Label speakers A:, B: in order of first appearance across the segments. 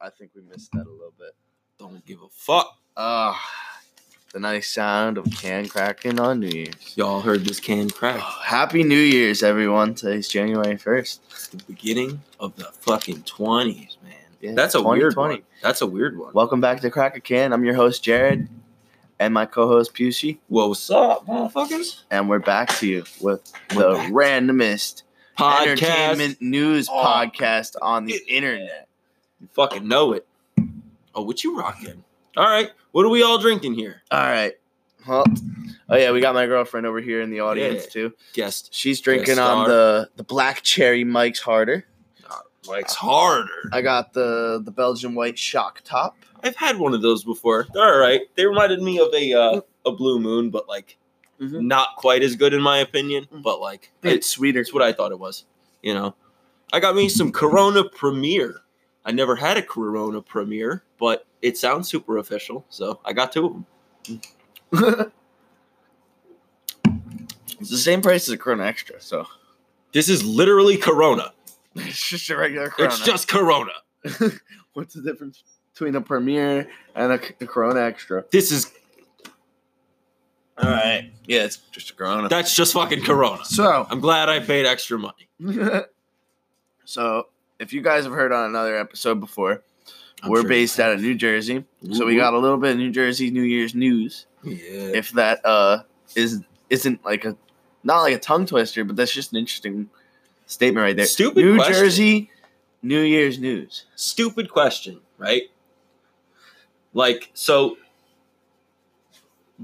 A: I think we missed that a little bit.
B: Don't give a fuck.
A: Ah, the nice sound of can cracking on New Year's. Oh,
B: Y'all heard this can crack.
A: Happy New Year's, everyone. Today's January 1st.
B: It's the beginning of the fucking twenties, man.
A: Yeah,
B: That's a weird
A: 2020.
B: one. That's a weird one.
A: Welcome back to Crack a Can. I'm your host, Jared, and my co host, Pusey.
B: Well, what's up, motherfuckers?
A: And we're back to you with
B: We're
A: the
B: back.
A: randomest
B: Podcast.
A: entertainment news
B: Oh.
A: podcast on the
B: It-
A: internet.
B: You fucking know it. Oh, what you rocking? All right. What are we all drinking here?
A: All right. Well, oh, yeah, we got my girlfriend over here in the audience,
B: Yeah.
A: too.
B: Guest.
A: She's drinking
B: Yes,
A: on
B: star.
A: the, the black cherry Mike's Harder.
B: Mike's harder.
A: I got the the Belgian white shock top.
B: I've had one of those before. They're all right. They reminded me of a uh, a blue moon, but like
A: Mhm.
B: not quite as good in my opinion.
A: Mhm.
B: But like
A: It's sweeter.
B: It's what I thought it was. You know, I got me some Corona Premier. I never had a Corona Premier, but it sounds super official, so I got two of them.
A: it's the same price as a Corona Extra, so
B: This is literally Corona.
A: it's just a regular Corona.
B: It's just Corona.
A: What's the difference between a Premier and a, a Corona Extra?
B: This is
A: All right. Yeah, it's just a Corona.
B: that's just fucking Corona.
A: so,
B: I'm glad I paid extra money.
A: so if you guys have heard on another episode before,
B: I'm
A: we're
B: sure.
A: based out of New Jersey, so we got a little bit of New Jersey New Year's news.
B: yeah.
A: if that uh is isn't like a not like a tongue twister, but that's just an interesting statement right there.
B: Stupid
A: New
B: question.
A: Jersey, New Year's news.
B: Stupid question, right? Like so.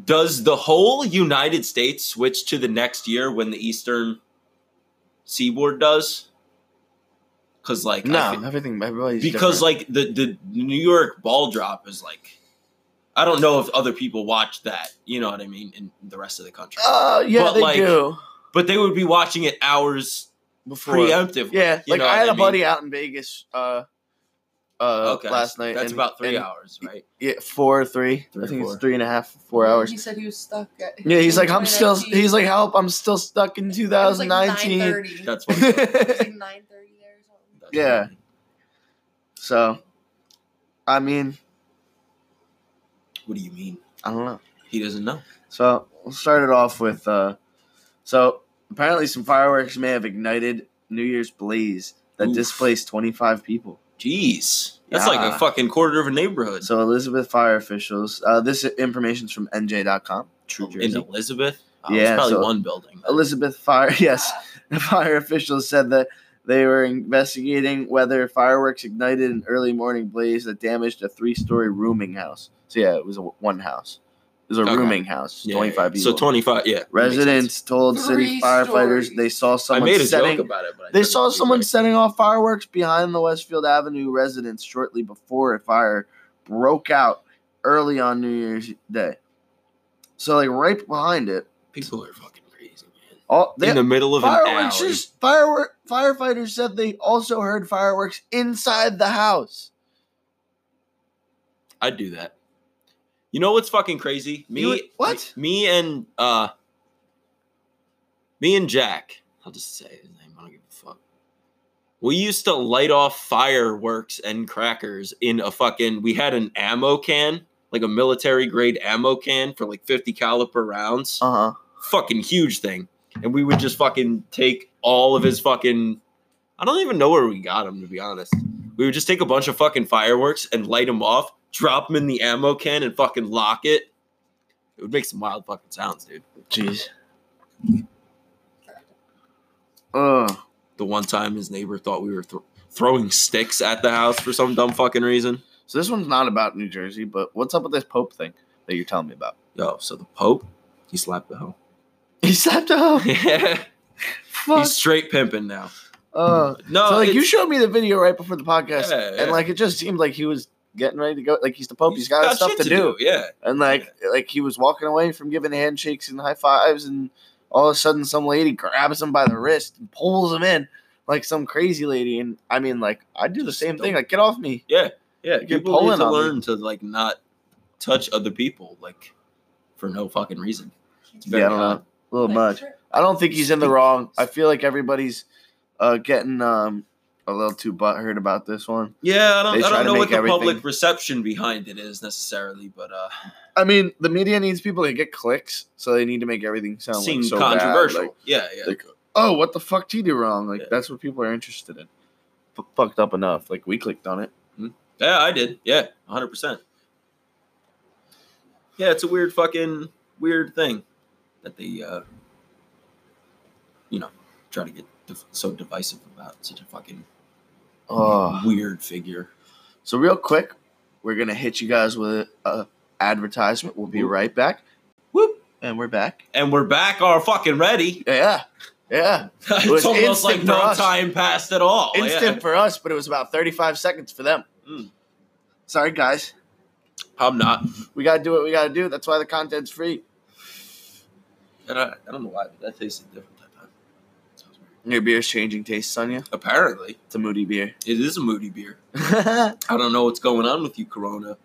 B: Does the whole United States switch to the next year when the Eastern Seaboard does? Because like I
A: No,
B: fe-
A: everything everybody's
B: because
A: different.
B: like the the New York ball drop is like, I don't know if other people watch that. You know what I mean in the rest of the country,
A: uh yeah
B: but,
A: they
B: like,
A: do
B: but they would be watching it hours
A: before
B: preemptively.
A: yeah
B: you
A: like
B: know
A: I
B: what
A: had
B: I
A: a buddy out in Vegas uh uh
B: okay,
A: last night
B: that's
A: and-
B: about three
A: and-
B: hours, right?
A: yeah four or three,
B: Three
A: I
B: or
A: think
B: four.
A: it's three and a half four hours
C: He said he was stuck at.
A: yeah he's like I'm still
C: 2019.
A: he's like help I'm still stuck in
C: It was like
A: 2019
C: 9:30.
B: That's what. it was.
C: It was like 9:30 there or something.
B: That's
A: Yeah.
B: what it was.
A: so I mean
B: What do you mean?
A: I don't know.
B: He doesn't know.
A: So we'll start it off with. Uh, so apparently, some fireworks may have ignited New Year's blaze that
B: Oof.
A: displaced 25 people.
B: Jeez, that's like
A: Yeah.
B: a fucking quarter of a neighborhood
A: So Elizabeth fire officials. Uh, this information's from NJ.com. True
B: in
A: Jersey.
B: Elizabeth. Oh,
A: Yeah,
B: it's probably
A: so-
B: one building.
A: Elizabeth fire. Yes, fire officials said that they were investigating whether fireworks ignited an early morning blaze that damaged a three-story rooming house. So yeah, it was a one house. It was a
B: Okay.
A: rooming house.
B: Yeah,
A: 25 people.
B: So twenty-five. Yeah, that makes sense.
A: Residents told city
C: Three
A: firefighters
C: stories.
A: they saw
B: I
A: someone
B: made a
A: setting.
B: joke about it, but I
A: They
B: didn't
A: saw
B: do
A: someone
B: it.
A: setting off fireworks behind the Westfield Avenue residence shortly before a fire broke out early on New Year's Day. So like right behind it,
B: People are fucking crazy, man.
A: all
B: in
A: they,
B: the middle of an
A: fireworks.
B: alley.
A: Just, firework firefighters said they also heard fireworks inside the house.
B: I'd do that. You know what's fucking crazy? Me,
A: You would- what?
B: Me and uh, me and Jack. I'll just say his name. I don't give a fuck. We used to light off fireworks and crackers in a fucking. We had an ammo can, like a military grade ammo can for like fifty caliber rounds.
A: Uh huh.
B: fucking huge thing. And we would just fucking take all of his fucking. I don't even know where we got him, to be honest. We would just take a bunch of fucking fireworks and light them off, drop them in the ammo can, and fucking lock it. It would make some wild fucking sounds, dude.
A: Jeez. Ugh.
B: The one time his neighbor thought we were thro- throwing sticks at the house for some dumb fucking reason.
A: So this one's not about New Jersey, but what's up with this Pope thing that you're telling me about?
B: Yo, so the Pope, he slapped the hoe.
A: He slapped a hoe.
B: Yeah,
A: Fuck.
B: he's straight pimping now.
A: Ugh.
B: No,
A: so like you
B: Oh, it's-
A: showed me the video right before the podcast,
B: Yeah, yeah.
A: and like it just seemed like he was getting ready to go. Like he's the pope, he's got, stuff
B: shit
A: to, do.
B: Yeah,
A: and like like he was walking away from giving handshakes and high fives, and all of a sudden some lady grabs him by the wrist and pulls him in like some crazy lady. And I mean, like I do the
B: Just
A: same
B: don't-
A: thing. Like get off me.
B: Yeah,
A: You're
B: people
A: pulling
B: need to
A: on me.
B: learn to like not touch other people like for no fucking reason. It's very
A: Yeah, I don't
B: odd.
A: know. A little much. I don't think he's in the wrong. I feel like everybody's uh, getting um, a little too butthurt about this one.
B: Yeah, I don't,
A: They
B: I
A: try
B: don't
A: to
B: know what
A: make
B: the public
A: everything-
B: reception behind it is necessarily, but uh,
A: I mean, the media needs people to get clicks, so they need to make everything sound like,
B: seemed
A: so bad,
B: controversial.
A: like,
B: yeah, yeah.
A: like, oh, what the fuck did he do wrong? Like
B: Yeah.
A: that's what people are interested in. F- fucked up enough. Like we clicked on it.
B: Yeah, I did. Yeah, 100%. Yeah, it's a weird fucking weird thing that they uh you know, try to get div- so divisive about such a fucking
A: Oh.
B: weird figure.
A: So real quick, we're gonna hit you guys with a advertisement. We'll be
B: Whoop.
A: right back.
B: Whoop.
A: And we're back.
B: And we're back or fucking ready.
A: Yeah. Yeah.
B: it's
A: was
B: almost like
A: instant for
B: no
A: us.
B: time passed at all. Oh, Yeah.
A: Instant for us, but it was about 35 seconds for them.
B: Mm.
A: Sorry guys.
B: I'm not.
A: We gotta do what we gotta do. That's why the content's free.
B: And I, I don't know why, but that tasted different that time. Sounds weird.
A: Your beer's changing tastes on you.
B: Apparently,
A: It's a moody beer.
B: it is a moody beer. I don't know what's going on with you, Corona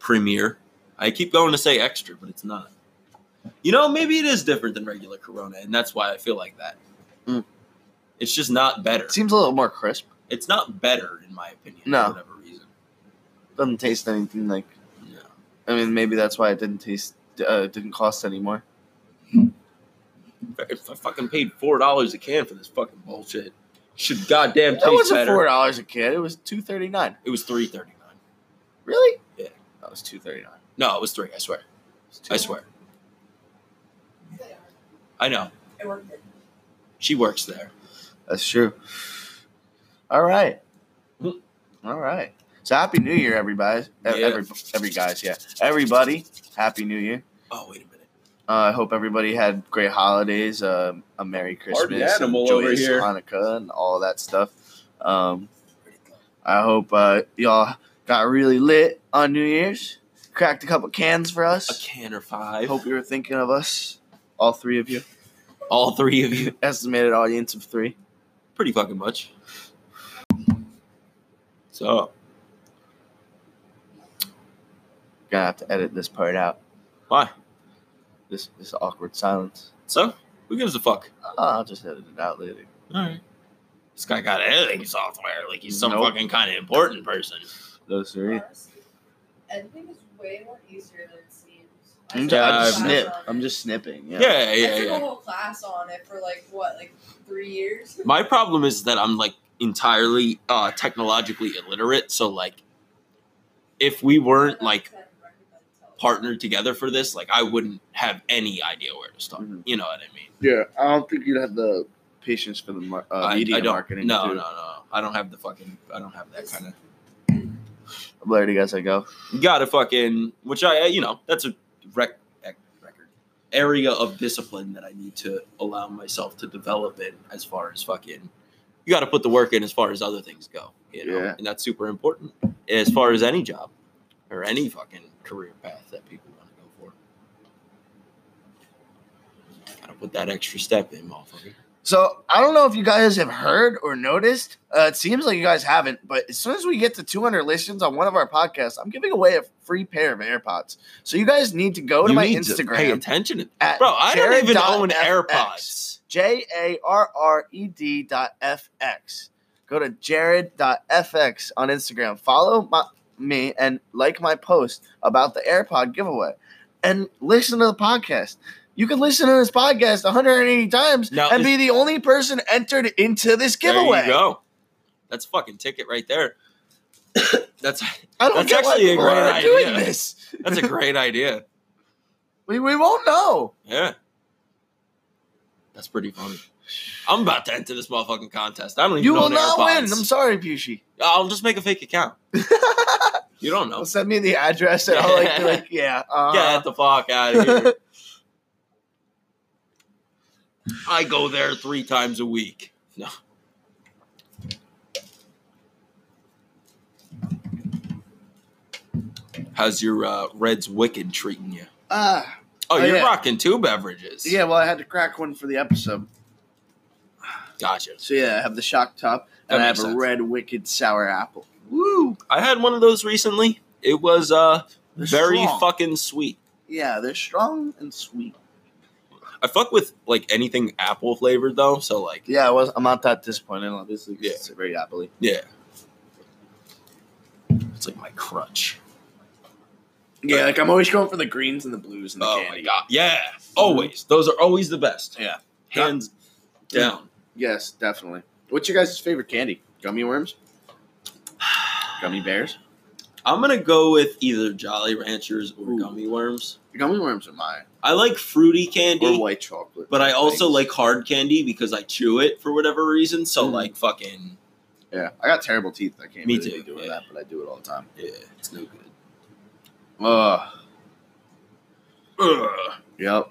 B: Premier. I keep going to say extra, but it's not. You know, maybe it is different than regular Corona, and that's why I feel like that.
A: Mm.
B: It's just not better.
A: Seems a little more crisp.
B: It's not better, in my opinion,
A: No.
B: for whatever reason.
A: Doesn't taste anything like
B: No.
A: I mean, maybe that's why it didn't taste, uh, it didn't cost anymore.
B: If I fucking paid four dollars a can for this fucking bullshit, should goddamn
A: That
B: taste
A: wasn't
B: better.
A: four dollars a can. It was two thirty nine.
B: It was three thirty nine.
A: Really?
B: Yeah.
A: that was two thirty nine.
B: No, it was three. I swear. I swear. I know.
C: I worked it.
B: She works there.
A: That's true. All right.
B: Mhm.
A: All right. So happy New Year, everybody. E-
B: Yeah.
A: Every every guys, yeah. Everybody, happy New Year.
B: Oh wait a minute.
A: Uh, I hope everybody had great holidays. Um a Merry
B: Party
A: Christmas, and
B: animal over
A: joyous
B: here.
A: Hanukkah, and all that stuff. Um,
B: Where'd it go?
A: I hope uh, y'all got really lit on New Year's. Cracked a couple cans for
B: A
A: us.
B: can or
A: I
B: five.
A: hope you were thinking of us, all three of you.
B: All three of you.
A: Estimated audience of three.
B: pretty fucking much. So
A: Gonna have to edit this part out.
B: why?
A: This this awkward silence.
B: So who gives a fuck?
A: I'll just edit it out later.
B: All right. This guy got editing software. Like he's some
A: Nope.
B: fucking kind of important person.
A: Those three.
C: Honestly, Editing is way more easier than it seems. I
A: I'm
C: took
A: just,
C: a
A: I'm just
B: Yeah, I've-
C: class
A: snip.
C: on it.
A: I'm just snipping. Yeah.
B: Yeah, yeah,
C: I
B: yeah.
C: took
B: yeah.
C: a whole class on it for like what, like three years?
B: My problem is that I'm like entirely uh technologically illiterate. So like, if we weren't like partnered together for this, like I wouldn't have any idea where to start.
A: Mhm.
B: You know what I mean?
A: Yeah. I don't think you'd have the patience for the mar- uh,
B: I,
A: media
B: I don't.
A: marketing.
B: no,
A: too.
B: no, no. I don't have the fucking. I don't have that kind of.
A: I'm learning as I go.
B: You gotta fucking which i you know that's a rec, rec record area of discipline that i need to allow myself to develop in as far as fucking you gotta put the work in as far as other things go you know
A: Yeah.
B: and that's super important as far as any job or any fucking career path that people want to go for gotta put that extra step in motherfucker
A: So I don't know if you guys have heard or noticed. Uh, it seems like you guys haven't, but as soon as we get to 200 listens on one of our podcasts, I'm giving away a free pair of AirPods. So you guys need to go to
B: You
A: my
B: need to pay
A: Instagram
B: attention to
A: at
B: bro i don't even
A: Jared.fx,
B: own airpods
A: J a r r e d dot f x. Go to jared.fx on Instagram. Follow my, me and like my post about the AirPod giveaway, and listen to the podcast. You can listen to this podcast 180 times
B: Now,
A: and
B: is-
A: be the only person entered into this giveaway.
B: There you go. That's a fucking ticket right there. that's
A: I don't
B: That's
A: get why
B: actually a
A: people are
B: great
A: doing
B: idea.
A: this.
B: that's a great idea.
A: We, we won't know.
B: Yeah. That's pretty funny. I'm about to enter this motherfucking contest. I don't even
A: You
B: know
A: will
B: an
A: not win. I'm
B: AirPods.
A: sorry, Pushy.
B: I'll just make a fake account. You don't know.
A: Well, send me the address and I'll like be like, yeah. Uh,
B: Get the fuck out of here. I go there three times a week. No. How's your uh, Reds Wicked treating you?
A: Ah.
B: Oh,
A: Oh,
B: you're
A: yeah.
B: rocking two beverages.
A: Yeah, well, I had to crack one for the episode.
B: Gotcha.
A: So yeah, I have the shock top
B: That
A: and I have
B: makes
A: a
B: sense.
A: red wicked sour apple. Woo!
B: I had one of those recently. It was uh
A: They're
B: very
A: strong.
B: fucking sweet.
A: Yeah, they're strong and sweet.
B: I fuck with like anything apple flavored though. So like,
A: Yeah, I was. I'm not that disappointed, obviously. 'cause
B: Yeah.
A: It's very happily.
B: yeah, it's like my crutch.
A: Yeah, like I'm always going for the greens and the blues and the
B: Oh my
A: candy.
B: god, yeah, always. Those are always the best.
A: Yeah.
B: hands down.
A: Yes, definitely. What's your guys' favorite candy? Gummy worms? Gummy bears?
B: I'm gonna go with either Jolly Ranchers or
A: Ooh.
B: gummy worms.
A: Gummy worms are mine.
B: I like fruity candy.
A: Or white chocolate.
B: But I also
A: Thanks.
B: like hard candy because I chew it for whatever reason. So
A: Mm.
B: like fucking
A: Yeah, I got terrible teeth. I can't
B: Me
A: really
B: too,
A: do with
B: yeah.
A: that, but I do it all the time.
B: yeah, it's no good.
A: Ugh.
B: Ugh.
A: Yep.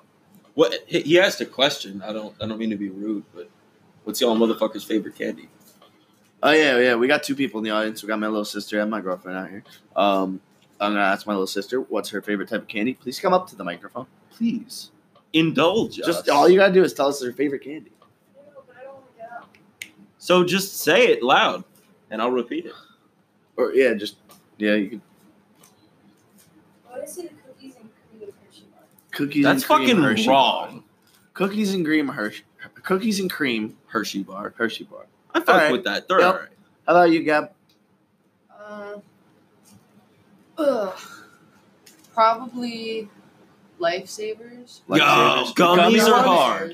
B: What he he asked a question. I don't I don't mean to be rude, but what's y'all motherfuckers' favorite candy?
A: Oh yeah, yeah. We got two people in the audience. We got my little sister and my girlfriend out here. Um, I'm gonna ask my little sister what's her favorite type of candy. Please come up to the microphone, please.
B: Indulge us.
A: Just all you gotta do is tell us her favorite candy.
B: So just say it loud, and I'll repeat it.
A: Or yeah, just yeah, you can cookies.
B: That's
A: and cream
B: fucking
A: Hershey
B: wrong.
A: bar. Cookies and cream Hershey. Cookies and cream
B: Hershey bar.
A: Hershey bar.
B: I fuck
A: Alright.
B: with that. They're
A: Yep.
B: all right.
A: How about you, Gab?
C: Uh, ugh. Probably lifesavers.
B: Yo,
A: Lifesavers. The
B: gummies
A: gummy
B: These are
A: ones?
B: hard.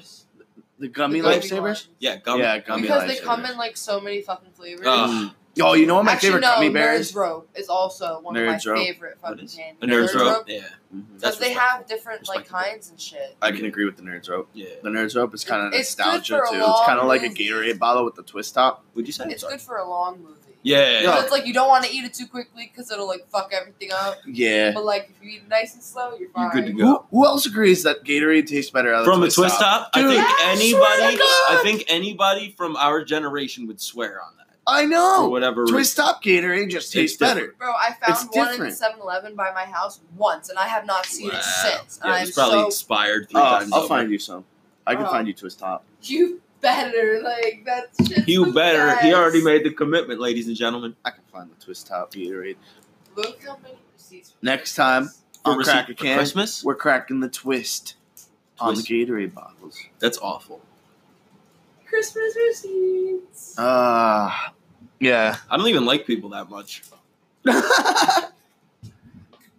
A: The gummy
C: The gummy
A: lifesavers.
C: ones.
B: Yeah, gum.
A: Yeah, gummy
C: Because they
A: lifesavers.
C: come in like so many fucking flavors.
B: Ugh.
A: Oh, you know what my
C: Actually,
A: favorite
C: no,
A: gummy bears?
C: Nerds Rope is also one
A: Nerds
C: of my
A: Rope.
C: favorite
B: What
C: fucking
B: is-
C: candy.
B: a nerds rope. Yeah,
A: Mhm.
B: That's
C: Because they
B: respectful.
C: have different like
B: Respectful.
C: kinds and shit.
A: I can agree with the nerds rope.
B: yeah.
A: The nerds rope is kind of
C: It's good
A: nostalgia
C: for a
A: too. It's kind of
C: long
A: like a
C: movie.
A: Gatorade bottle with the twist top.
B: Would you say?
C: It's
B: Sorry.
C: good for a long movie.
B: Yeah.
A: Yeah.
C: So it's like you don't want to eat it too quickly because it'll like fuck everything up.
A: Yeah.
C: But like if you eat it nice and slow, you're fine.
B: You're good to go.
A: Who, who else agrees that Gatorade tastes better out of
B: from
A: the
B: a twist top, I
A: Dude.
B: think
C: Yeah, swear
B: anybody,
C: to God.
B: I think anybody from our generation would swear on that
A: I
B: for
A: know.
B: whatever
A: Oh, Twist top Gatorade just
B: It's
A: tastes better.
B: different.
C: Bro, I found
A: It's
C: one
A: different.
C: in 7 Eleven by my house once, and I have not seen
B: Wow.
C: it since. And
B: Yeah,
C: I'm
B: it's probably
C: so.
B: expired three
A: Uh,
B: times.
A: I'll
B: over.
A: find you some. I can
C: Oh.
A: find you twist top.
C: You better. Like, that's shit.
B: You better. He already made the commitment, ladies and gentlemen.
A: I can find the twist top Gatorade.
C: Look how many receipts. we
A: Next
C: have.
A: time. I'll
B: receipt
A: crack a
B: for
A: can.
B: Christmas.
A: We're cracking the twist, on the
B: Twist.
A: Gatorade bottles.
B: That's awful.
C: Christmas receipts.
A: Uh yeah.
B: I don't even like people that much.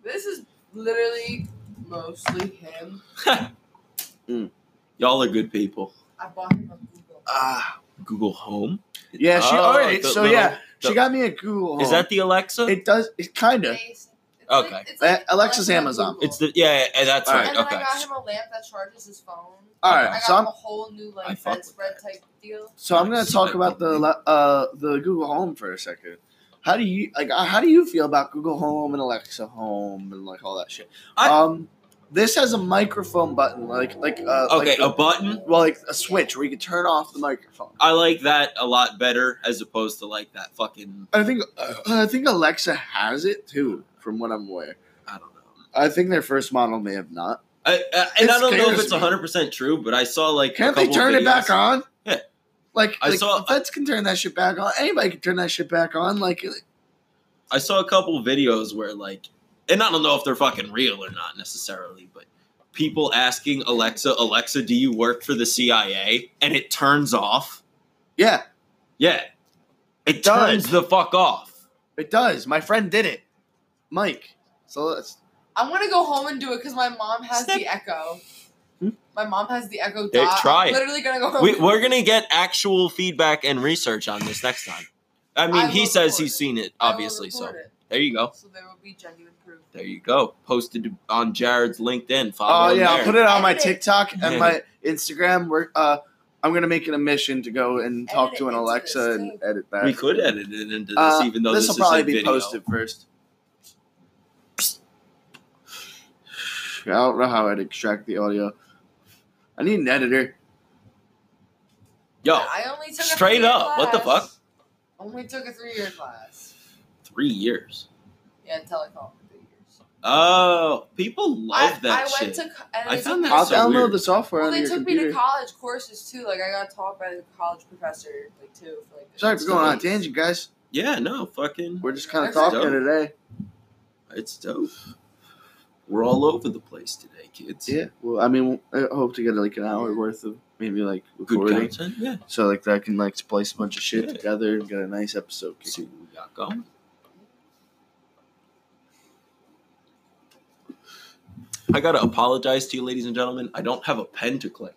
C: this is literally mostly him.
B: Y'all are good people.
C: I bought him a Google.
B: Uh,
A: Ah.
B: Google Home.
A: yeah. She.
B: Oh,
A: all right.
B: the
A: So
B: little-
A: yeah, she
B: the-
A: got me a Google.
B: Is that the Alexa?
A: Oh. It does. It kind of.
C: It's
B: Okay.
C: Like, it's
A: Uh,
C: like
A: Alexa's
C: Alexa
A: Amazon.
C: Google.
B: it's the yeah. yeah, That's
A: All
B: right.
C: And then
B: Okay.
C: I got him a lamp that charges his phone.
A: All
C: I
A: right.
C: got
A: So I'm
C: him a whole new like
B: I fuck
C: bed
B: with
C: spread
B: that.
C: type deal.
A: So I'm going to talk about the uh, the Google Home for a second. How do you like? uh, How do you feel about Google Home and Alexa Home and like all that shit?
B: I-
A: um, this has a microphone button, like like uh,
B: Okay, oh.
A: like
B: a button.
A: well, like a switch where you can turn off the microphone.
B: I like that a lot better as opposed to like that fucking.
A: I think uh, I think Alexa has it too, from what I'm aware.
B: I don't know.
A: I think their first model may have not.
B: I, I, and I
A: It
B: don't know if
A: scares
B: it's
A: me.
B: 100 percent true, but I saw like. a
A: Can't they
B: couple
A: turn it
B: videos.
A: back on?
B: Yeah.
A: Like,
B: I
A: like,
B: saw-
A: the feds can turn that shit back on. Anybody can turn that shit back on. Like,
B: I saw a couple videos where like, and I don't know if they're fucking real or not necessarily, but people asking Alexa, Alexa, do you work for the CIA? And it turns off.
A: yeah,
B: Yeah, it,
A: It does.
B: turns the fuck off.
A: it does. My friend did it, Mike. So let's
C: I'm gonna go home and do it because my mom has
B: Step-
C: the Echo.
A: Hmm?
C: My mom has the Echo
B: Hey,
C: Dot.
B: try it.
C: I'm literally gonna go home.
B: We, we're gonna get actual feedback and research on this next time. I mean,
C: I
B: he
C: will
B: says
C: record
B: he's
C: it.
B: seen it,
C: I will
B: obviously. So
C: record it,
B: there you go.
C: so there will be genuine proof.
B: There you go. Posted on Jared's LinkedIn. Follow
A: Oh
B: him
A: yeah,
B: there.
A: I'll put it on my
C: Edit it.
A: TikTok and
B: Yeah.
A: my Instagram. We're, uh, I'm gonna make an a mission to go and talk
C: Edit
A: to
C: it
A: an
C: into
A: Alexa
C: this
A: and
C: thing.
A: edit that.
B: we could edit it into this,
A: Uh,
B: even though
A: this
B: this,
A: will
B: is
A: probably
B: a
A: be
B: video.
A: posted first. I don't know how I'd extract the audio. I need an editor.
B: Yo,
C: I only took a
B: straight
C: three-year
B: up, what the
C: class.
B: fuck?
C: Only took a three-year class.
B: three years.
C: Yeah, telecom. for three years.
B: Oh, people love
C: I,
B: that
C: I
B: shit.
C: went to. co- And
B: I
C: they
B: found
C: took
B: that
A: I'll
C: me-
B: so
A: download
B: weird.
A: the software
C: Well,
A: on
C: they
A: your
C: took me
A: computer.
C: to college courses too. Like I got taught by the college professor, like too. For, like,
A: Sorry for going on a
B: Nice.
A: tangent, guys.
B: yeah, no, fucking,
A: We're just kind of
C: That's
A: talking
B: dope.
A: today.
B: it's dope. We're all over the place today, kids.
A: Yeah. Well, I mean, I hope to get like an hour worth of maybe like
B: Good
A: recording,
B: content. Yeah.
A: so like that I can like splice a bunch of shit
B: Yeah.
A: together and get a nice episode.
B: See what we got going. I gotta apologize to you, ladies and gentlemen. I don't have a pen to click.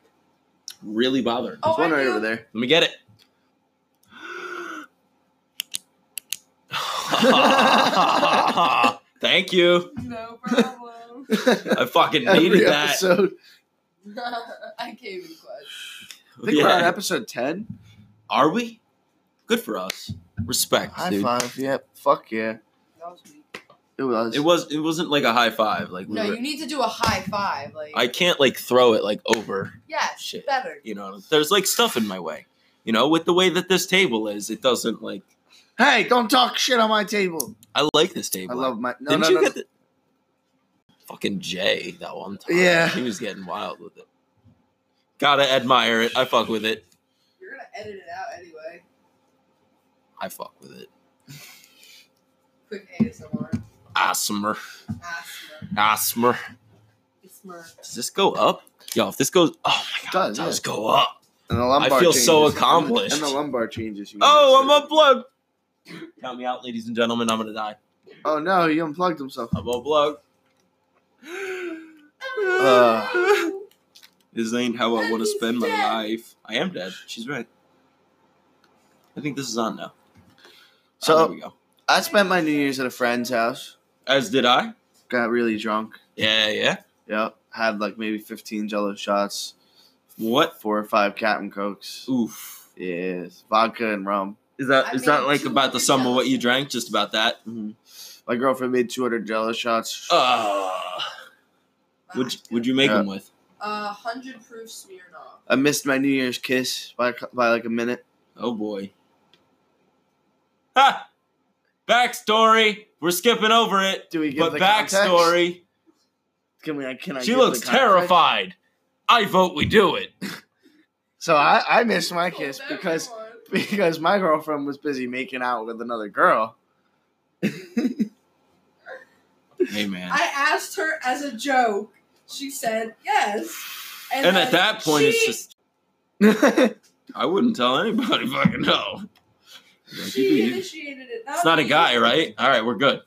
B: Really bothering.
A: There's
C: Oh,
A: one
C: I
A: right
C: do.
A: over there.
B: Let me get it. Thank you.
C: No problem.
B: I fucking
A: Every
B: needed that.
A: episode.
C: I came in clutch.
A: I think we're on
B: Yeah.
A: episode ten.
B: Are we? Good for us. Respect,
A: High
B: dude.
A: five. Yep. Fuck yeah.
C: That was weak.
A: It was.
B: It was. It wasn't like a high five. Like we
C: No,
B: were,
C: you need to do a high five. Like
B: I can't like throw it like over.
C: yes,
B: Shit.
C: better.
B: You know, there's like stuff in my way. You know, with the way that this table is, it doesn't like.
A: Hey, don't talk shit on my table.
B: I like this table.
A: I love my. No,
B: Didn't
A: no,
B: you
A: no.
B: get the fucking Jay that one time?
A: Yeah.
B: he was getting wild with it. Gotta admire it. I fuck with it.
C: You're gonna edit it out anyway.
B: I fuck with it.
C: Quick ASMR.
B: Asmer,
C: Asthma.
B: Asmer.
C: Smurf.
B: Does this go up? Yo, if this goes, oh my
A: It
B: god,
A: does,
B: it does
A: yeah.
B: go up.
A: And the lumbar
B: I feel so
A: changes.
B: accomplished.
A: And the lumbar changes. you
B: Oh, I'm
A: know.
B: unplugged. Count me out, ladies and gentlemen. I'm gonna die.
A: Oh no, he unplugged himself.
B: I'm unplugged.
A: Uh.
B: this ain't how I want to
C: He's
B: spend my
C: dead.
B: life. I am dead. She's right. I think this is on now.
A: So-
B: Oh, there we go.
A: I spent my New Year's at a friend's house.
B: As did I.
A: Got really drunk.
B: Yeah, yeah.
A: Yep. Had like maybe 15 Jello shots,
B: What?
A: four or five Captain Cokes.
B: Oof.
A: Yes, vodka and rum.
B: Is that
C: I
B: is that
C: made
B: like
C: two
B: about the sum of what you
C: yourself.
B: drank? Just about that.
A: hmm My girlfriend made 200 Jello shots.
B: Mm-hmm. Uh,
C: Ah.
B: would you, would you make
A: Yeah.
B: them with?
C: Uh, hundred proof Smirnoff.
A: I missed my New Year's kiss by a cou- by like a minute.
B: Oh boy. Ha! Backstory. We're skipping over it.
A: Do we give
B: But
A: the Context?
B: backstory,
A: Can we? Can I?
B: she
A: give
B: looks
A: the context?
B: terrified. I vote we do it.
A: So I, I missed my kiss because because my girlfriend was busy making out with another girl.
B: Hey man.
C: I asked her as a joke. She said yes.
B: and
C: then
B: at that point, it's
C: she-
B: just
A: Uh, That's
B: I wouldn't tell anybody. Fucking no. Like, you
C: she
B: do you.
C: initiated it.
B: It's not a
C: me.
B: guy, right? All right, we're good.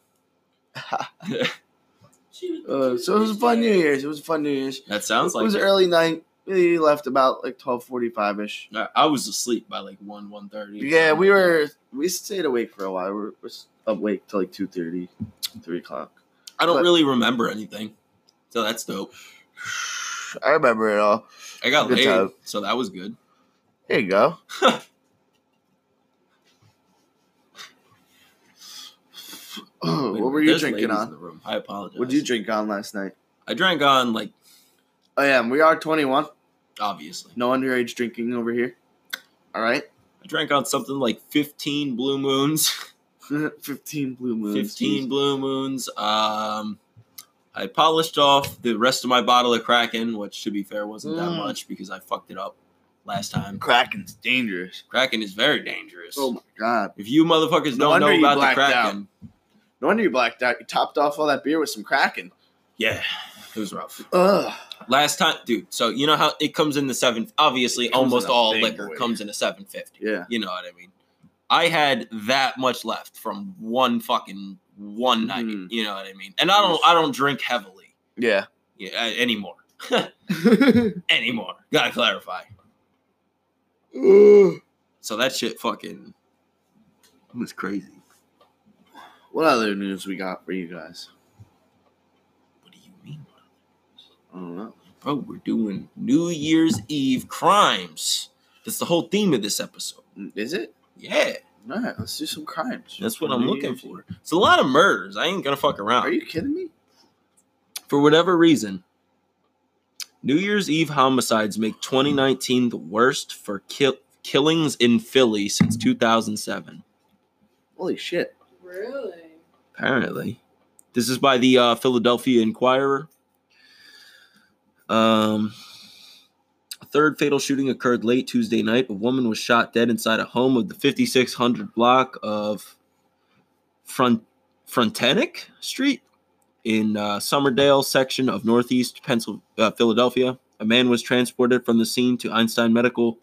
C: She was-
A: Uh, so it was a fun New Year's. It was a fun New Year's.
B: That sounds
A: it
B: like
A: was
B: it.
A: early night. We left about like twelve forty-five ish.
B: I- I was asleep by like one one thirty.
A: Yeah, we were we stayed awake for a while. We were, we were awake till like 2.30, 3 o'clock.
B: I don't
A: but-
B: really remember anything, so that's dope.
A: I remember it all.
B: I got
A: Good
B: laid,
A: job.
B: so that was good.
A: Here you go. Oh,
B: Wait a
A: what were
B: minute,
A: you
B: there's
A: drinking
B: ladies
A: on?
B: In the room. I apologize.
A: What did you drink on last night?
B: I drank on like
A: Oh yeah, we are 21.
B: obviously.
A: No underage drinking over here. All right.
B: I drank on something like fifteen blue moons.
A: 15 blue moons.
B: 15 blue moons. Um, I polished off the rest of my bottle of Kraken, which to be fair wasn't that
A: Mm.
B: much because I fucked it up last time.
A: Kraken's dangerous.
B: Kraken is very dangerous.
A: Oh my god.
B: If you motherfuckers
A: No
B: don't
A: wonder
B: know
A: you
B: about the
A: blacked
B: Kraken,
A: No wonder you blacked out. You topped off all that beer with some Kraken.
B: yeah, it was rough.
A: Ugh.
B: Last time, dude. So you know how it comes in the seven. Obviously,
A: It comes in
B: almost
A: a
B: all
A: big
B: liquor
A: way.
B: comes in a seven fifty.
A: Yeah.
B: You know what I mean? I had that much left from one fucking one night.
A: Mhm.
B: You know what I mean? And I don't. I don't drink heavily
A: Yeah.
B: yeah, uh, anymore. anymore. Gotta clarify.
A: Ugh.
B: So that shit fucking was crazy.
A: What other news we got for you guys?
B: What do you mean,
A: I don't know.
B: bro? We're doing New Year's Eve crimes. That's the whole theme of this episode.
A: Is it?
B: Yeah,
A: All right, let's do some crimes.
B: that's what
A: New
B: I'm looking
A: Year's.
B: for. It's a lot of murders. I ain't gonna fuck
A: Are
B: around.
A: you kidding me?
B: For whatever reason, New Year's Eve homicides make 2019 the worst for kill- killings in Philly since 2007.
A: Holy shit.
C: Really?
B: Apparently. This is by the uh, Philadelphia Inquirer. Um, a third fatal shooting occurred late Tuesday night. A woman was shot dead inside a home of the 5600 block of Front- Frontenic Street in uh, Summerdale section of Northeast Pensil- uh, Philadelphia. A man was transported from the scene to Einstein Medical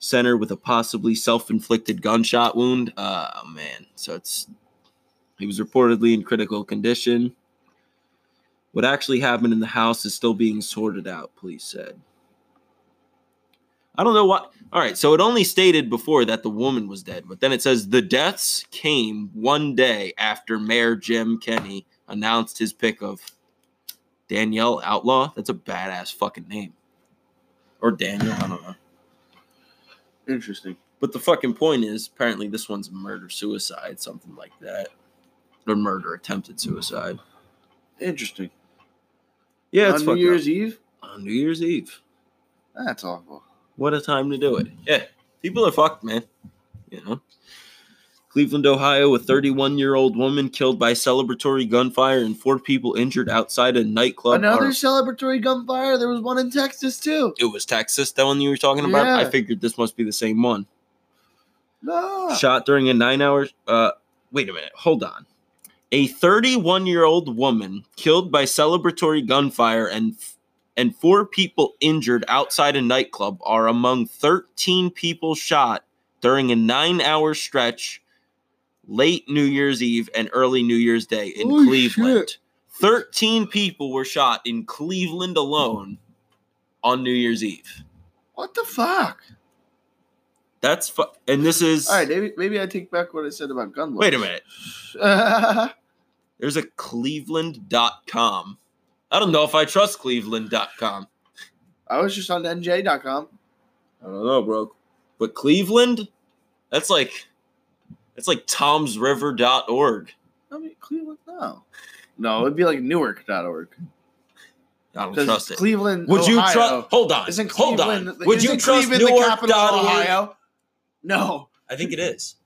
B: Center with a possibly self-inflicted gunshot wound. Uh, man, so it's he was reportedly in critical condition. What actually happened in the house is still being sorted out, police said. I don't know what. All right, so it only stated before that the woman was dead, but then it says the deaths came one day after Mayor Jim Kenny announced his pick of Danielle Outlaw. That's a badass fucking name. Or Daniel, I don't know.
A: Interesting.
B: But the fucking point is, apparently this one's murder suicide, something like that. Or murder attempted suicide.
A: Interesting.
B: Yeah, it's
A: On New
B: fucked
A: Year's
B: up.
A: Eve?
B: E, on New Year's Eve.
A: That's awful.
B: What a time to do it. Yeah. People are fucked, man. You know? Cleveland, Ohio, a 31 year old woman killed by celebratory gunfire and four people injured outside a nightclub.
A: Another
B: are-
A: celebratory gunfire. There was one in Texas too.
B: it was Texas, that one you were talking about?
A: Yeah.
B: I figured this must be the same one.
A: No.
B: Shot during a nine hour. Uh, wait a minute. Hold on. A 31 year old woman killed by celebratory gunfire and and four people injured outside a nightclub are among 13 people shot during a nine hour stretch late New Year's Eve and early New Year's Day in
A: Holy
B: Cleveland. 13 people were shot in Cleveland alone on New Year's Eve.
A: What the fuck?
B: That's fu- and this is
A: All right, maybe maybe I take back what I said about gun laws.
B: Wait a minute.
A: minute.
B: There's a cleveland.com. I don't know if I trust cleveland.com.
A: I was just on NJ.com.
B: I don't know, bro. But Cleveland? That's like that's like tomsriver.org.
A: I mean, Cleveland. No, no, it'd be like Newark.org.
B: I don't
A: 'Cause
B: trust it.
A: Cleveland.
B: Would you
A: Ohio-
B: trust Hold on.
A: Isn't
B: hold
A: Cleveland?
B: on. Would you
A: isn't
B: trust
A: Cleveland the capital of
B: newark.org?
A: Ohio? No.
B: I think it is.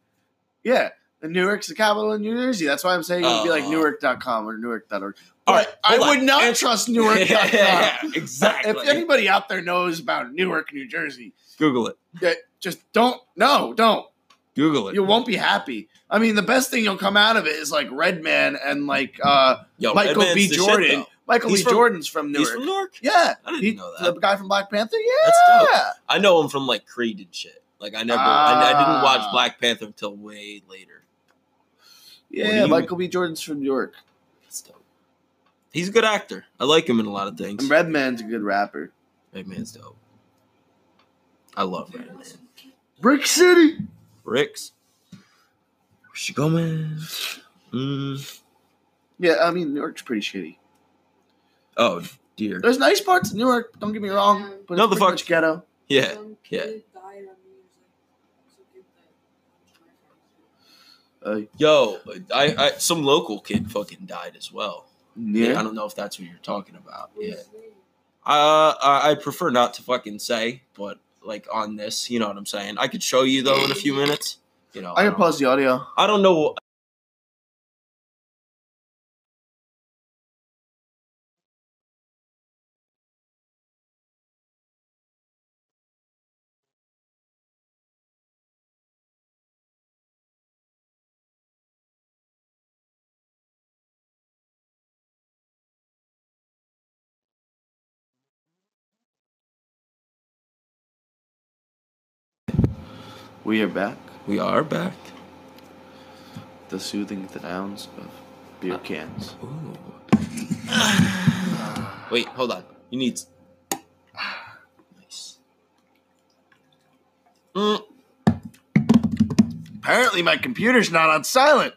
A: Yeah. And Newark's the capital of New Jersey. That's why I'm saying it'd be like
B: Oh.
A: Newark.com or Newark.org.
B: All right.
A: I
B: hold
A: would
B: on.
A: not
B: And-
A: trust Newark.com.
B: yeah,
A: If
B: exactly.
A: anybody out there knows about Newark, New Jersey,
B: Google it.
A: yeah, just don't. No, don't.
B: Google it.
A: You won't be happy. I mean, the best thing you'll come out of it is like Redman and like uh,
B: Yo,
A: Michael
B: Redman's
A: B.
B: the shit,
A: Jordan.
B: though.
A: Michael
B: He's
A: B.
B: from-
A: Jordan's from Newark.
B: He's from Newark.
A: yeah,
B: I didn't
A: He-
B: know that.
A: The guy from Black Panther.
B: That's
A: Yeah,
B: dope. I know him from like Creed and shit. Like I never, I, I didn't watch
A: Ah.
B: Black Panther until way later. What do
A: yeah.
B: you-
A: Michael B. Jordan's from Newark.
B: That's dope. He's a good actor. I like him in a lot of things.
A: And Redman's a good rapper.
B: Redman's dope. I love Redman.
A: Brick City.
B: Ricks. Where's she go, man? Mm.
A: Yeah, I mean Newark's pretty shitty.
B: Oh dear.
A: There's nice parts of Newark. Don't get me wrong, but
B: No,
A: it's
B: the
A: pretty
B: fuck-
A: much ghetto.
B: Yeah. yeah.
A: Uh,
B: Yo, I, I some local kid fucking died as well.
A: yeah.
B: I don't know if that's what you're talking about. Yeah. Uh, I I prefer not to fucking say, but like on this, you know what I'm saying. I could show you though in a few minutes. You know,
A: I can
B: don't-
A: pause the audio.
B: I don't know.
A: We are back.
B: We are back.
A: The soothing sounds of
B: Uh,
A: beer cans.
B: Ooh. Wait, hold on. You need. Nice. Mm,
A: Apparently, my computer's not on silent.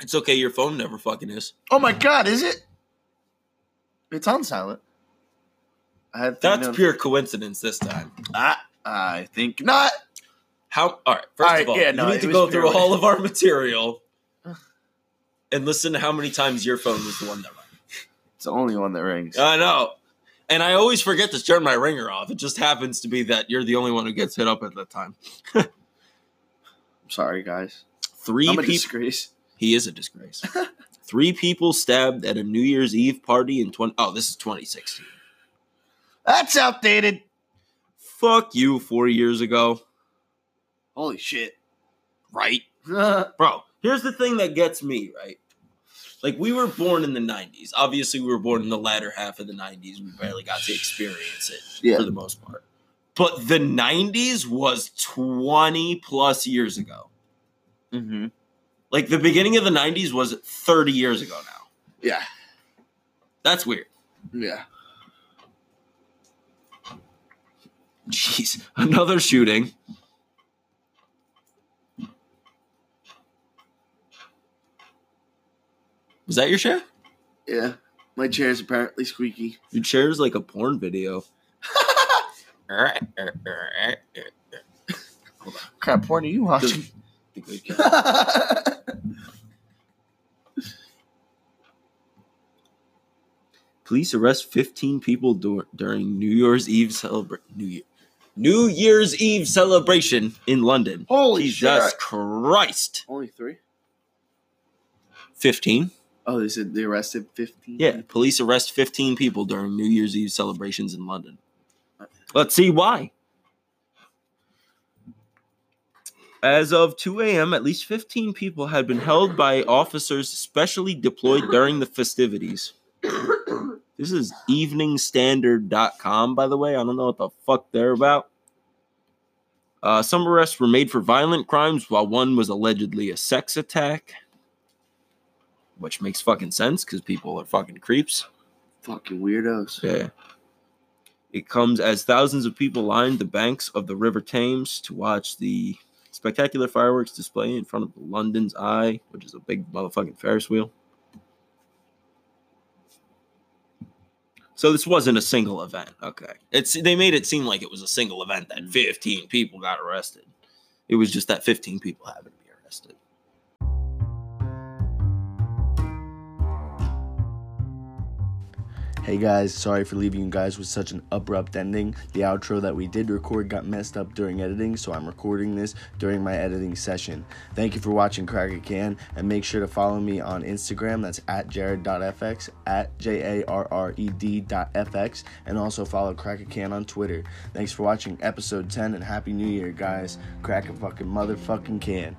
B: it's okay. Your phone never fucking is.
A: Oh my god, is it? It's on silent. I had three
B: That's
A: notes.
B: pure coincidence this time.
A: Ah, I think not.
B: How? All right. First
A: All right,
B: of all,
A: yeah, no,
B: you
A: it
B: need to
A: was
B: go through
A: purely-
B: all of our material and listen to how many times your phone was the one that. rang.
A: It's the only one that rings.
B: I know. And I always forget to turn my ringer off. It just happens to be that you're the only one who gets hit up at that time.
A: I'm sorry, guys.
B: 3
A: I'm a
B: people.
A: disgrace.
B: He is a disgrace. Three people stabbed at a New Year's Eve party in 20. oh, this is 2016.
A: That's outdated.
B: Fuck you, four years ago.
A: Holy shit.
B: Right?
A: Why
B: Mm-hmm. Bro, here's the thing that gets me, right? Like we were born in the '90s. Obviously, we were born in the latter half of the '90s. We barely got to experience it
A: Yeah.
B: for the most part. But the '90s was 20 plus years ago.
A: Mm-hmm.
B: Like the beginning of the '90s was 30 years ago now.
A: Yeah.
B: That's weird.
A: Yeah.
B: Jeez, another shooting. Was that your chair?
A: Yeah. My chair is apparently squeaky.
B: Your chair is like a porn video.
A: Crap, porn are you watching?
B: The good guy.
A: Please
B: Police arrest 15 people dur- during New Year's Eve celebra- New Year New Year's Eve celebration in London.
A: Holy
B: Jesus
A: shit.
B: Christ.
A: Only three?
B: 15?
A: Oh, they said they arrested 15?
B: Yeah, police arrest 15 people during New Year's Eve celebrations in London. Let's see why. As of 2 a.m., at least 15 people had been held by officers specially deployed during the festivities. This is eveningstandard.com, by the way. I don't know what the fuck they're about. Uh, some arrests were made for violent crimes, while one was allegedly a sex attack, which makes fucking sense because people are fucking creeps.
A: Fucking weirdos.
B: Yeah. It comes as thousands of people lined the banks of the River Thames to watch the spectacular fireworks display in front of the London's Eye, which is a big motherfucking Ferris wheel. So this wasn't a single event. Okay. It's they made it seem like it was a single event that 15 people got arrested. It was just that 15 people happened to be arrested.
D: Hey guys, sorry for leaving you guys with such an abrupt ending. The outro that we did record got messed up during editing, so I'm recording this during my editing session. Thank you for watching Crack a Can, and make sure to follow me on Instagram. That's at jared.fx, at J A R R E D.fx, and also follow Crack a Can on Twitter. Thanks for watching episode 10, and Happy New Year, guys. Crack a fucking motherfucking can.